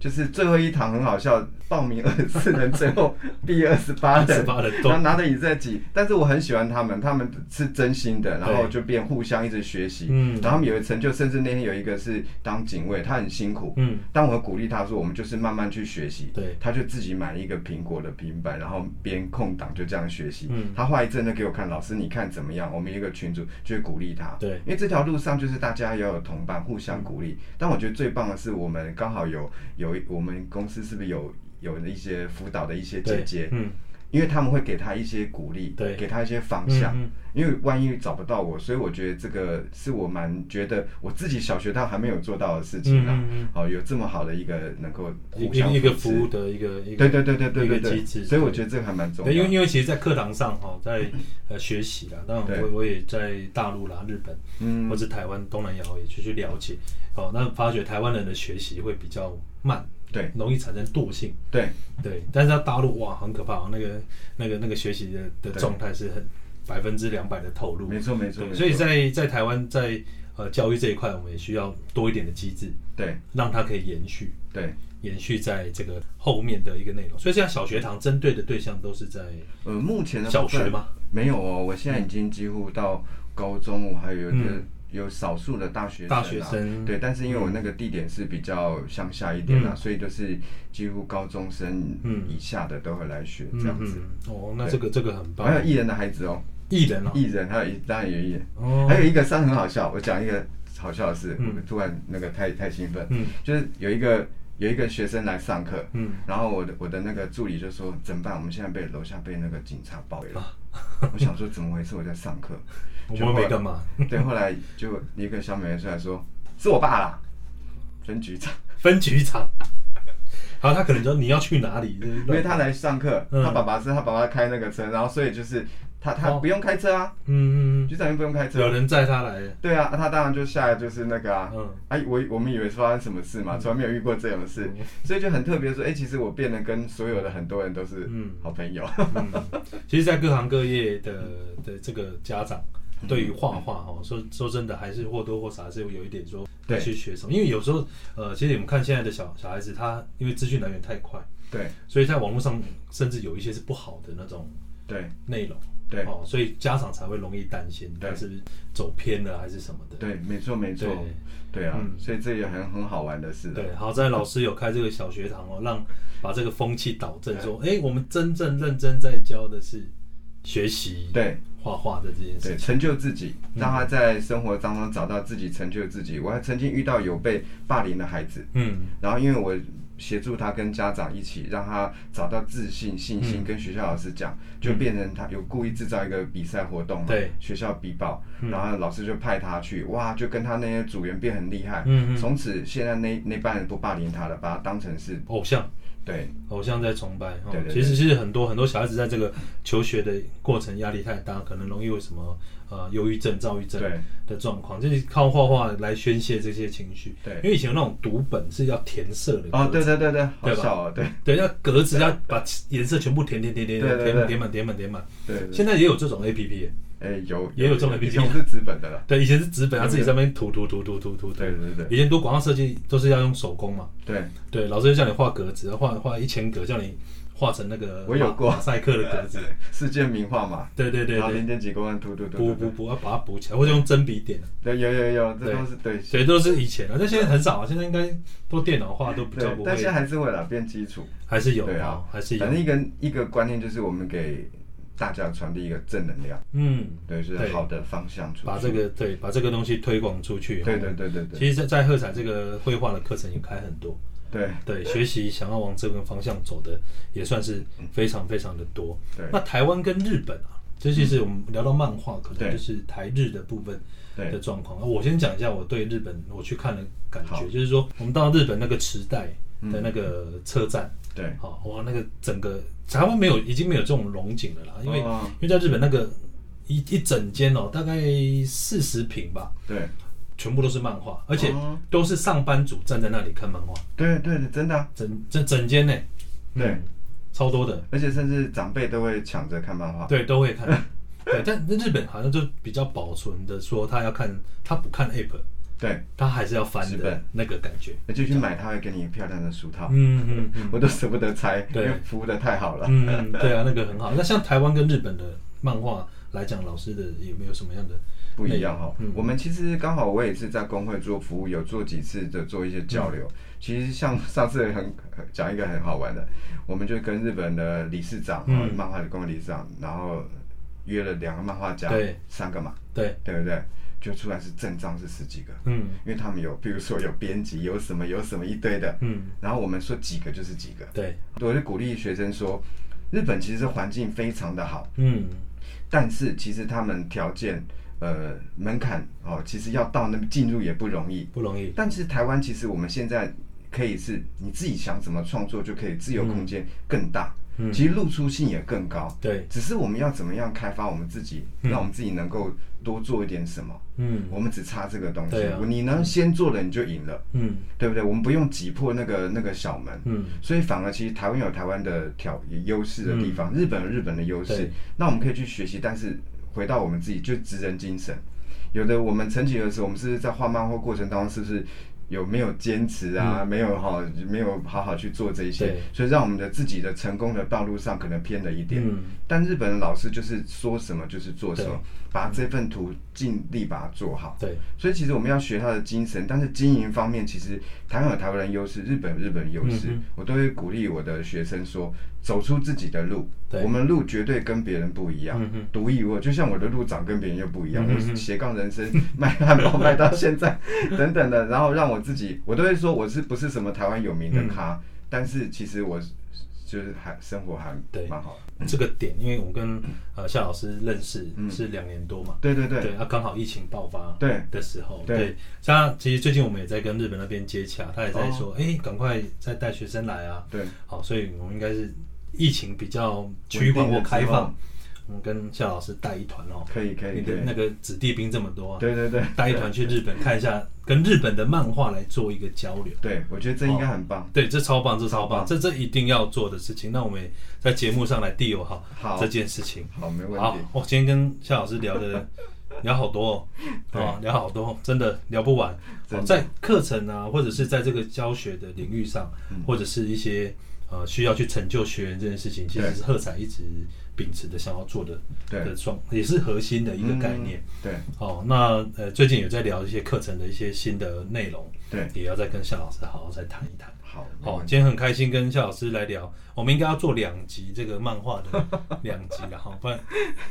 S3: 就是最后一堂很好笑，报名二十四人，最 后毕业二十八人，
S1: 28人
S3: 然后拿着椅子在挤。但是我很喜欢他们，他们是真心的，然后就变互相一直学习，
S1: 嗯
S3: 然后他们有一成就，甚至那天有一个是当警卫，他很辛苦，
S1: 嗯，
S3: 但我鼓励他说，我们就是慢慢去学习，
S1: 对
S3: 他就自己买一个苹果的平板，然后边空档就这样学习，
S1: 嗯
S3: 他画一阵就给我看，老师你看怎么样？我们有一个群主就会鼓励他，
S1: 对
S3: 因为这条路上就是大家要有同伴，互相鼓励。但我觉得最棒的是，我们刚好有有我们公司是不是有有一些辅导的一些姐
S1: 对，
S3: 姐，
S1: 嗯
S3: 因为他们会给他一些鼓励，
S1: 对
S3: 给他一些方向。
S1: 嗯
S3: 因为万一找不到我，所以我觉得这个是我蛮觉得我自己小学堂还没有做到的事情啊。
S1: 嗯嗯嗯
S3: 哦，有这么好的一个能够
S1: 一
S3: 互相
S1: 个一个
S3: 扶持
S1: 服务，的一个一个
S3: 对对对对对对
S1: 一个机
S3: 对，
S1: 制，
S3: 所以我觉得这个还蛮重要
S1: 对，因为
S3: 的。
S1: 因为其实，在课堂上哈，在呃学习啦，当然
S3: 对
S1: 我我也在大陆啦、日本，
S3: 嗯
S1: 或者台湾、东南亚我也去去了解，哦，那发觉台湾人的学习会比较慢，
S3: 对
S1: 容易产生惰性，
S3: 对
S1: 对。但是到大陆哇，很可怕，那个那个那个学习的的
S3: 对
S1: 状态是很百分之两百的投入，
S3: 没错没错，
S1: 对。
S3: 没
S1: 所以
S3: 错
S1: 在在台湾在呃教育这一块，我们也需要多一点的机制，
S3: 对
S1: 让它可以延续。
S3: 对，
S1: 延续在这个后面的一个内容，所以现在小学堂针对的对象都是在
S3: 呃，目前的部
S1: 小
S3: 分
S1: 学吗？
S3: 没有哦，我现在已经几乎到高中，我还有一个
S1: 嗯
S3: 有少数的大学生、啊、
S1: 大学生
S3: 对，但是因为我那个地点是比较乡下一点啦、啊
S1: 嗯
S3: 所以就是几乎高中生
S1: 嗯
S3: 以下的都会来学
S1: 嗯
S3: 这样子。
S1: 嗯哦，那这个这个很棒，
S3: 还有艺人的孩子哦，
S1: 艺人哦，
S3: 艺人还有一当然有艺人，
S1: 哦
S3: 还有一个伤很好笑，我讲一个好笑的事，
S1: 嗯
S3: 我突然那个太太兴奋，
S1: 嗯
S3: 就是有一个有一个学生来上课，
S1: 嗯
S3: 然后我的我的那个助理就说怎么办？我们现在被楼下被那个警察包围了。
S1: 啊
S3: 我想说怎么回事？我在上课，
S1: 我
S3: 就
S1: 们
S3: 后
S1: 没
S3: 来
S1: 干嘛，
S3: 对，后来就一个小美人出来说是我爸啦，分局长，
S1: 分局长。 好，他可能说你要去哪里，因
S3: 因为他来上课，
S1: 嗯
S3: 他爸爸是他爸爸开那个车，然后所以就是他他
S1: 哦
S3: 不用开车啊，
S1: 嗯嗯
S3: 局长也不用开
S1: 嗯，有
S3: 车。
S1: 人载他来的，
S3: 对啊，啊他当然就下来就是那个啊，
S1: 嗯
S3: 哎，我我们以为是发生什么事嘛，从来没有遇过这种事，所以就很特别说，哎，其实我变得跟所有的很多人都是
S1: 嗯
S3: 好朋友。
S1: 嗯，其实，在各行各业的的这个家长。
S3: 嗯
S1: 对于画画哦，说说真的，还是或多或少还是有一点说
S3: 对
S1: 去学什么，因为有时候呃，其实我们看现在的小小孩子，他因为资讯来源太快，
S3: 对
S1: 所以在网络上甚至有一些是不好的那种
S3: 对
S1: 内容，
S3: 对
S1: 哦，所以家长才会容易担心他
S3: 对
S1: 是不是走偏了还是什么的。
S3: 对，没错没错
S1: 对，
S3: 对啊
S1: 嗯，
S3: 所以这也很很好玩的事。啊
S1: 对，好在老师有开这个小学堂哦，让把这个风气导正，说，哎、我们真正认真在教的是学习
S3: 对。
S1: 画画的这件事。
S3: 对，成就自己，让他在生活当中找到自己成就自己。我还曾经遇到有被霸凌的孩子，
S1: 嗯
S3: 然后因为我协助他跟家长一起，让他找到自信、信心，
S1: 嗯
S3: 跟学校老师讲，就变成他有故意制造一个比赛活动嘛，
S1: 对，
S3: 学校比报，
S1: 嗯
S3: 然后老师就派他去，哇，就跟他那些组员变很厉害，
S1: 嗯嗯，
S3: 从此现在那那班人不霸凌他了，把他当成是
S1: 偶像。
S3: 对，
S1: 偶像在崇拜，哦
S3: 对对对
S1: 其实是很多很多小孩子在这个求学的过程压力太大，可能容易有什么呃忧郁症、躁郁症
S3: 对
S1: 的状况，就是靠画画来宣泄这些情绪。因
S3: 对，
S1: 为以前有那种读本是要填色的格子，
S3: 哦，对对对对，好
S1: 对吧
S3: 笑哦，对
S1: 对，要格子要把颜色全部填填填填填
S3: 对对
S1: 填
S3: 对
S1: 填满填满填满。
S3: 对对，
S1: 现在也有这种 A P P，
S3: 哎有
S1: 也有这种
S3: 以
S1: APP
S3: 前我是纸本的了，
S1: 对，以前是纸本，要自己在那边涂涂涂涂涂涂涂
S3: 嗯对。对对
S1: 以前读广告设计都是要用手工嘛，
S3: 对，
S1: 对，老师就叫你画格子，画画一千格，叫你画成那个
S3: 我有
S1: 马
S3: 过
S1: 马赛克的格子。
S3: 世界名画嘛，
S1: 对对对
S3: 然后
S1: 对，
S3: 零点几公分，突突
S1: 补
S3: 突
S1: 补
S3: 突，
S1: 补，要把它补起来，或者用真笔点，
S3: 对，有有有，这都
S1: 对
S3: 是对。
S1: 所以都是以前啊，但现在很少啊，现在应该都电脑化，都比较
S3: 对
S1: 不，
S3: 但现在
S1: 会，
S3: 还是会啦，变基础。
S1: 还是有
S3: 对
S1: 啊
S3: 啊，
S1: 还是有
S3: 反，正一个一个观念就是我们给大家传递一个正能量，
S1: 嗯，
S3: 对，是
S1: 对
S3: 好的方向出去。
S1: 把这个对，把这个东西推广出去，
S3: 对对。对对对
S1: 其实在，在赫彩这个绘画的课程也开很多，
S3: 对
S1: 对，学习想要往这个方向走的也算是非常非常的多。
S3: 对
S1: 那台湾跟日本啊，这就是我们聊到漫画，可能
S3: 对
S1: 就是台日的部分，的
S3: 对
S1: 状况。我先讲一下我对日本我去看的感
S3: 好嗯
S1: 觉，就是说我们到日本那个池袋的那个车站，
S3: 对，
S1: 好、哇，那个整个台湾没有已经没有这种龙井了啦，因为、
S3: 哦
S1: 因为在日本那个一一整间哦，大概四十平吧，
S3: 对
S1: 全部都是漫画，而且
S3: 哦
S1: 都是上班族站在那里看漫画，
S3: 对对对，真的啊，
S1: 整整整间呢，嗯
S3: 对，
S1: 超多 的，
S3: 而且甚至长辈都会抢着看漫画。
S1: 对，都会看。对，但日本好像就比较保存的，说他要看，他不看 app，
S3: 对，
S1: 他还是要翻
S3: 纸
S1: 的
S3: 本
S1: 那个感觉。
S3: 而且去买，他会给你漂亮的书套，
S1: 嗯嗯嗯
S3: 我都舍不得拆，因
S1: 对
S3: 为服务的太好了。
S1: 嗯，对啊，那个很好。那像台湾跟日本的漫画来讲，老师的有没有什么样的？
S3: 不一样哈、
S1: 嗯
S3: 我们其实刚好我也是在工会做服务，有做几次的做一些交
S1: 嗯
S3: 流。其实像 上次很很讲一个很好玩的，我们就跟日本的理事长，哦
S1: 嗯
S3: 漫画的工会理事长，然后约了两个漫画家
S1: 对，
S3: 三个嘛，
S1: 对，
S3: 对不对？就出来是正章是十几个，
S1: 嗯
S3: 因为他们有，比如说有编辑，有什么有什么一堆的，
S1: 嗯，
S3: 然后我们说几个就是几个。
S1: 对，
S3: 我就鼓励学生说，日本其实环境非常的好，
S1: 嗯
S3: 但是其实他们条件呃门槛哦，其实要到那进入也不容易。
S1: 不容易。
S3: 但是台湾其实我们现在可以是你自己想怎么创作就可以，自由空间更大，
S1: 嗯，
S3: 其实露出性也更高。
S1: 对，
S3: 只是我们要怎么样开发我们自己，
S1: 嗯
S3: 让我们自己能够多做一点什么。
S1: 嗯
S3: 我们只差这个东西，
S1: 对啊
S3: 你能先做了你就赢了，
S1: 嗯
S3: 对不对？我们不用挤破那个那个小门。
S1: 嗯，
S3: 所以反而其实台湾有台湾的条优势的地方，日本有日本的优势
S1: 嗯对，
S3: 那我们可以去学习，但是回到我们自己，就职人精神。有的我们曾几何时，我们是不是在画漫画过程当中，是不是有没有坚持啊？没有好，没有好好去做这一
S1: 嗯
S3: 些
S1: 对，
S3: 所以让我们的自己的成功的道路上可能偏了一点。
S1: 嗯
S3: 但日本的老师就是说什么就是做什么，把这份图尽力把它做好。
S1: 对，
S3: 所以其实我们要学他的精神，但是经营方面，其实台湾有台湾人优势，日本有日本的优势，
S1: 嗯哼
S3: 我都会鼓励我的学生说，走出自己的路，
S1: 对
S3: 我们路绝对跟别人不一样
S1: 嗯哼，
S3: 独、一无二。就像我的路长跟别人又不一样，
S1: 嗯哼
S3: 我斜杠人生 卖汉堡卖到 现在等等的，然后让我自己，我都会说我是不是什么台湾有名的咖，
S1: 嗯
S3: 但是其实我就是还生活还
S1: 对
S3: 蛮好的，
S1: 这个点，因为我跟呃夏老师认识是两年多嘛，
S3: 对对嗯对
S1: 对，啊，刚好疫情爆发，
S3: 对
S1: 的时候，
S3: 对
S1: 对，像其实最近我们也在跟日本那边接洽，他也在
S3: 哦
S1: 说，哎，赶快再带学生来啊，
S3: 对，
S1: 好，所以我们应该是疫情比较趋缓或
S3: 稳定了之后
S1: 开放，我们跟夏老师带一团哦，
S3: 可以可以
S1: 你
S3: 可
S1: 的那
S3: 以，
S1: 个子弟兵这么多啊，
S3: 对对对
S1: 带一团去日本看一下，跟日本的漫画来做一个交流。
S3: 对，我觉得这应该很棒。
S1: 对，这超棒，这超
S3: 超
S1: 棒，
S3: 棒
S1: 这这一定要做的事情。那我们也在节目上来 deal 好
S3: 好
S1: 这件事情。
S3: 好，没问
S1: 好哦
S3: 题。，
S1: 我今天跟夏老师聊 的聊好多哦，
S3: 对
S1: 啊，聊好多，真的聊不完。
S3: 真
S1: 哦
S3: 的
S1: 在课程啊，或者是在这个教学的领域上，
S3: 嗯
S1: 或者是一些呃需要去成就学员这件事情，其实
S3: 对
S1: 是喝彩一直秉持的想要做的
S3: 对
S1: 的状，也是核心的一个概念。
S3: 嗯对
S1: 哦，那呃，最近有在聊一些课程的一些新的内容，
S3: 对，
S1: 也要再跟夏老师好好再谈一谈。
S3: 好，
S1: 哦，今天很开心跟夏老师来聊，我们应该要做两集这个漫画 的两集了哈，不然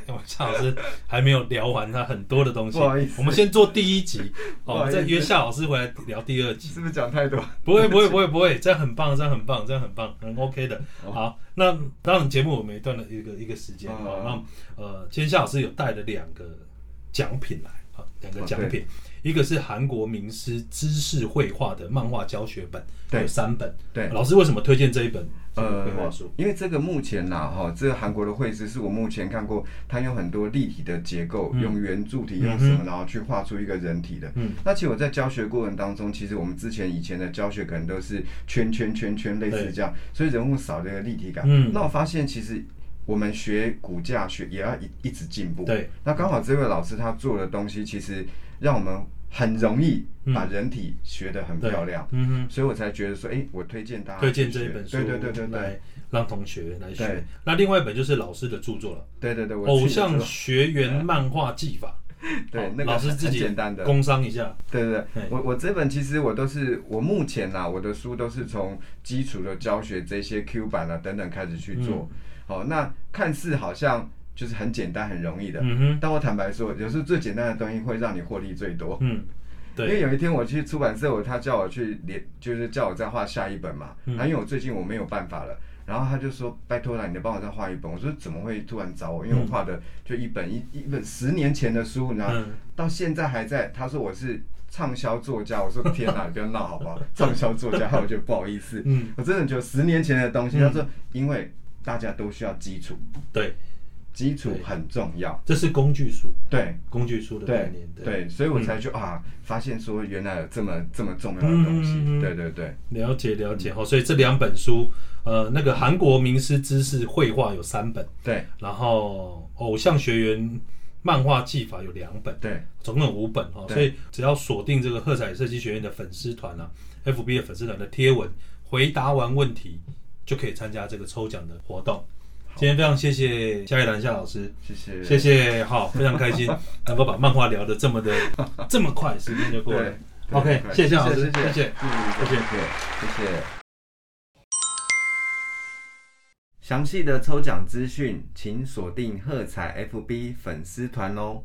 S1: 因为夏老师还没有聊完他很多的东西。
S3: 不好意思
S1: 我们先做第一集，
S3: 不好
S1: 哦，
S3: 意思
S1: 再约夏老师回来聊第二集。
S3: 是不是讲太多？
S1: 不会不会不会不会，这样很棒，这样很棒，这样很棒，很 OK 的。
S3: 哦
S1: 好，那当然节目我们一段的一个一个时间，
S3: 嗯
S1: 好，那呃，今天夏老师有带了两个奖品来，好，两个
S3: 哦
S1: 奖
S3: 对
S1: 品，一个是韩国名师知识绘画的漫画教学本，
S3: 对
S1: 有三本，
S3: 对，
S1: 老师为什么推荐这一本这个
S3: 呃
S1: 绘画书？，
S3: 因为这个目前呐、哈、这个韩国的绘师是我目前看过，它有很多立体的结构，
S1: 嗯
S3: 用圆柱体，
S1: 嗯
S3: 用
S1: 哼
S3: 什么，然后去画出一个人体的。
S1: 嗯，
S3: 那其实我在教学过程当中，其实我们之前以前的教学可能都是圈圈圈圈类似这样，所以人物少这个立体感。
S1: 嗯
S3: 那我发现其实我们学骨架学也要一一直进步。
S1: 对，
S3: 那刚好这位老师他做的东西，其实让我们很容易把
S1: 嗯
S3: 人体学得很
S1: 对
S3: 漂亮。
S1: 嗯哼。
S3: 所以我才觉得说，哎、我推荐大家
S1: 推荐这
S3: 去
S1: 一
S3: 学
S1: 本书，
S3: 对对对对对
S1: 来让同学来学
S3: 对。
S1: 那另外一本就是老师的著作了，
S3: 对对对，
S1: 《
S3: 我
S1: 偶
S3: 去的时候
S1: 像学员漫画技法》。
S3: 对
S1: 好
S3: 那个
S1: 老师
S3: 很
S1: 自己
S3: 很简单的，
S1: 工商一下，
S3: 对对
S1: 对
S3: 对，我我这本其实我都是我目前啦，我的书都是从基础的教学这些 Q 版啊等等开始去做。
S1: 嗯
S3: 好，那看似好像就是很简单很容易的，
S1: 嗯
S3: 但我坦白说，有时候最简单的东西会让你获利最多。
S1: 哼，嗯，
S3: 因为
S1: 对，
S3: 有一天我去出版社，我他叫我去连，就是叫我再画下一本嘛。
S1: 嗯
S3: 然后因为我最近我没有办法了，然后他就说：“拜托了，你帮我再画一本。”我说：“怎么会突然找我？因为我
S1: 嗯
S3: 画的就一本一一本十年前的书，然后
S1: 嗯，
S3: 到现在还在。”他说我是畅销作家，我说：“天哪，你不要闹好不好？畅销作家，我觉得不好意思。
S1: 嗯，
S3: 我真的觉得十年前的东西，
S1: 嗯
S3: 他说因为大家都需要基础，
S1: 对，
S3: 基础
S1: 对
S3: 很重要。
S1: 这是工具书，
S3: 对，
S1: 工具书的概
S3: 对
S1: 念，，
S3: 对，所以我才就、啊，发现说原来有这么这么重要的
S1: 嗯
S3: 东西。
S1: 嗯嗯嗯
S3: 对对对嗯
S1: 了解了解哈。所以这两本书，呃，那个韩国名师知识绘画有三本，
S3: 对
S1: 然后偶像学员漫画技法有两本。
S3: 对
S1: 总共有五本哦，
S3: 对
S1: 所以只要锁定这个喝彩设计学院的粉丝团啊，FB 的粉丝团的贴文，回答完问题就可以参加这个抽奖的活动。今天非常谢谢夏一兰夏老师，
S3: 谢谢
S1: 谢谢，好，非常开心 能够把漫画聊得这么的这么快，时间就过了
S3: 对。
S1: OK，谢谢夏老师，谢
S3: 谢谢
S1: 谢谢
S3: 谢
S1: 谢
S3: 谢谢谢。详细的抽奖资讯，请锁定喝彩 FB 粉丝团哦。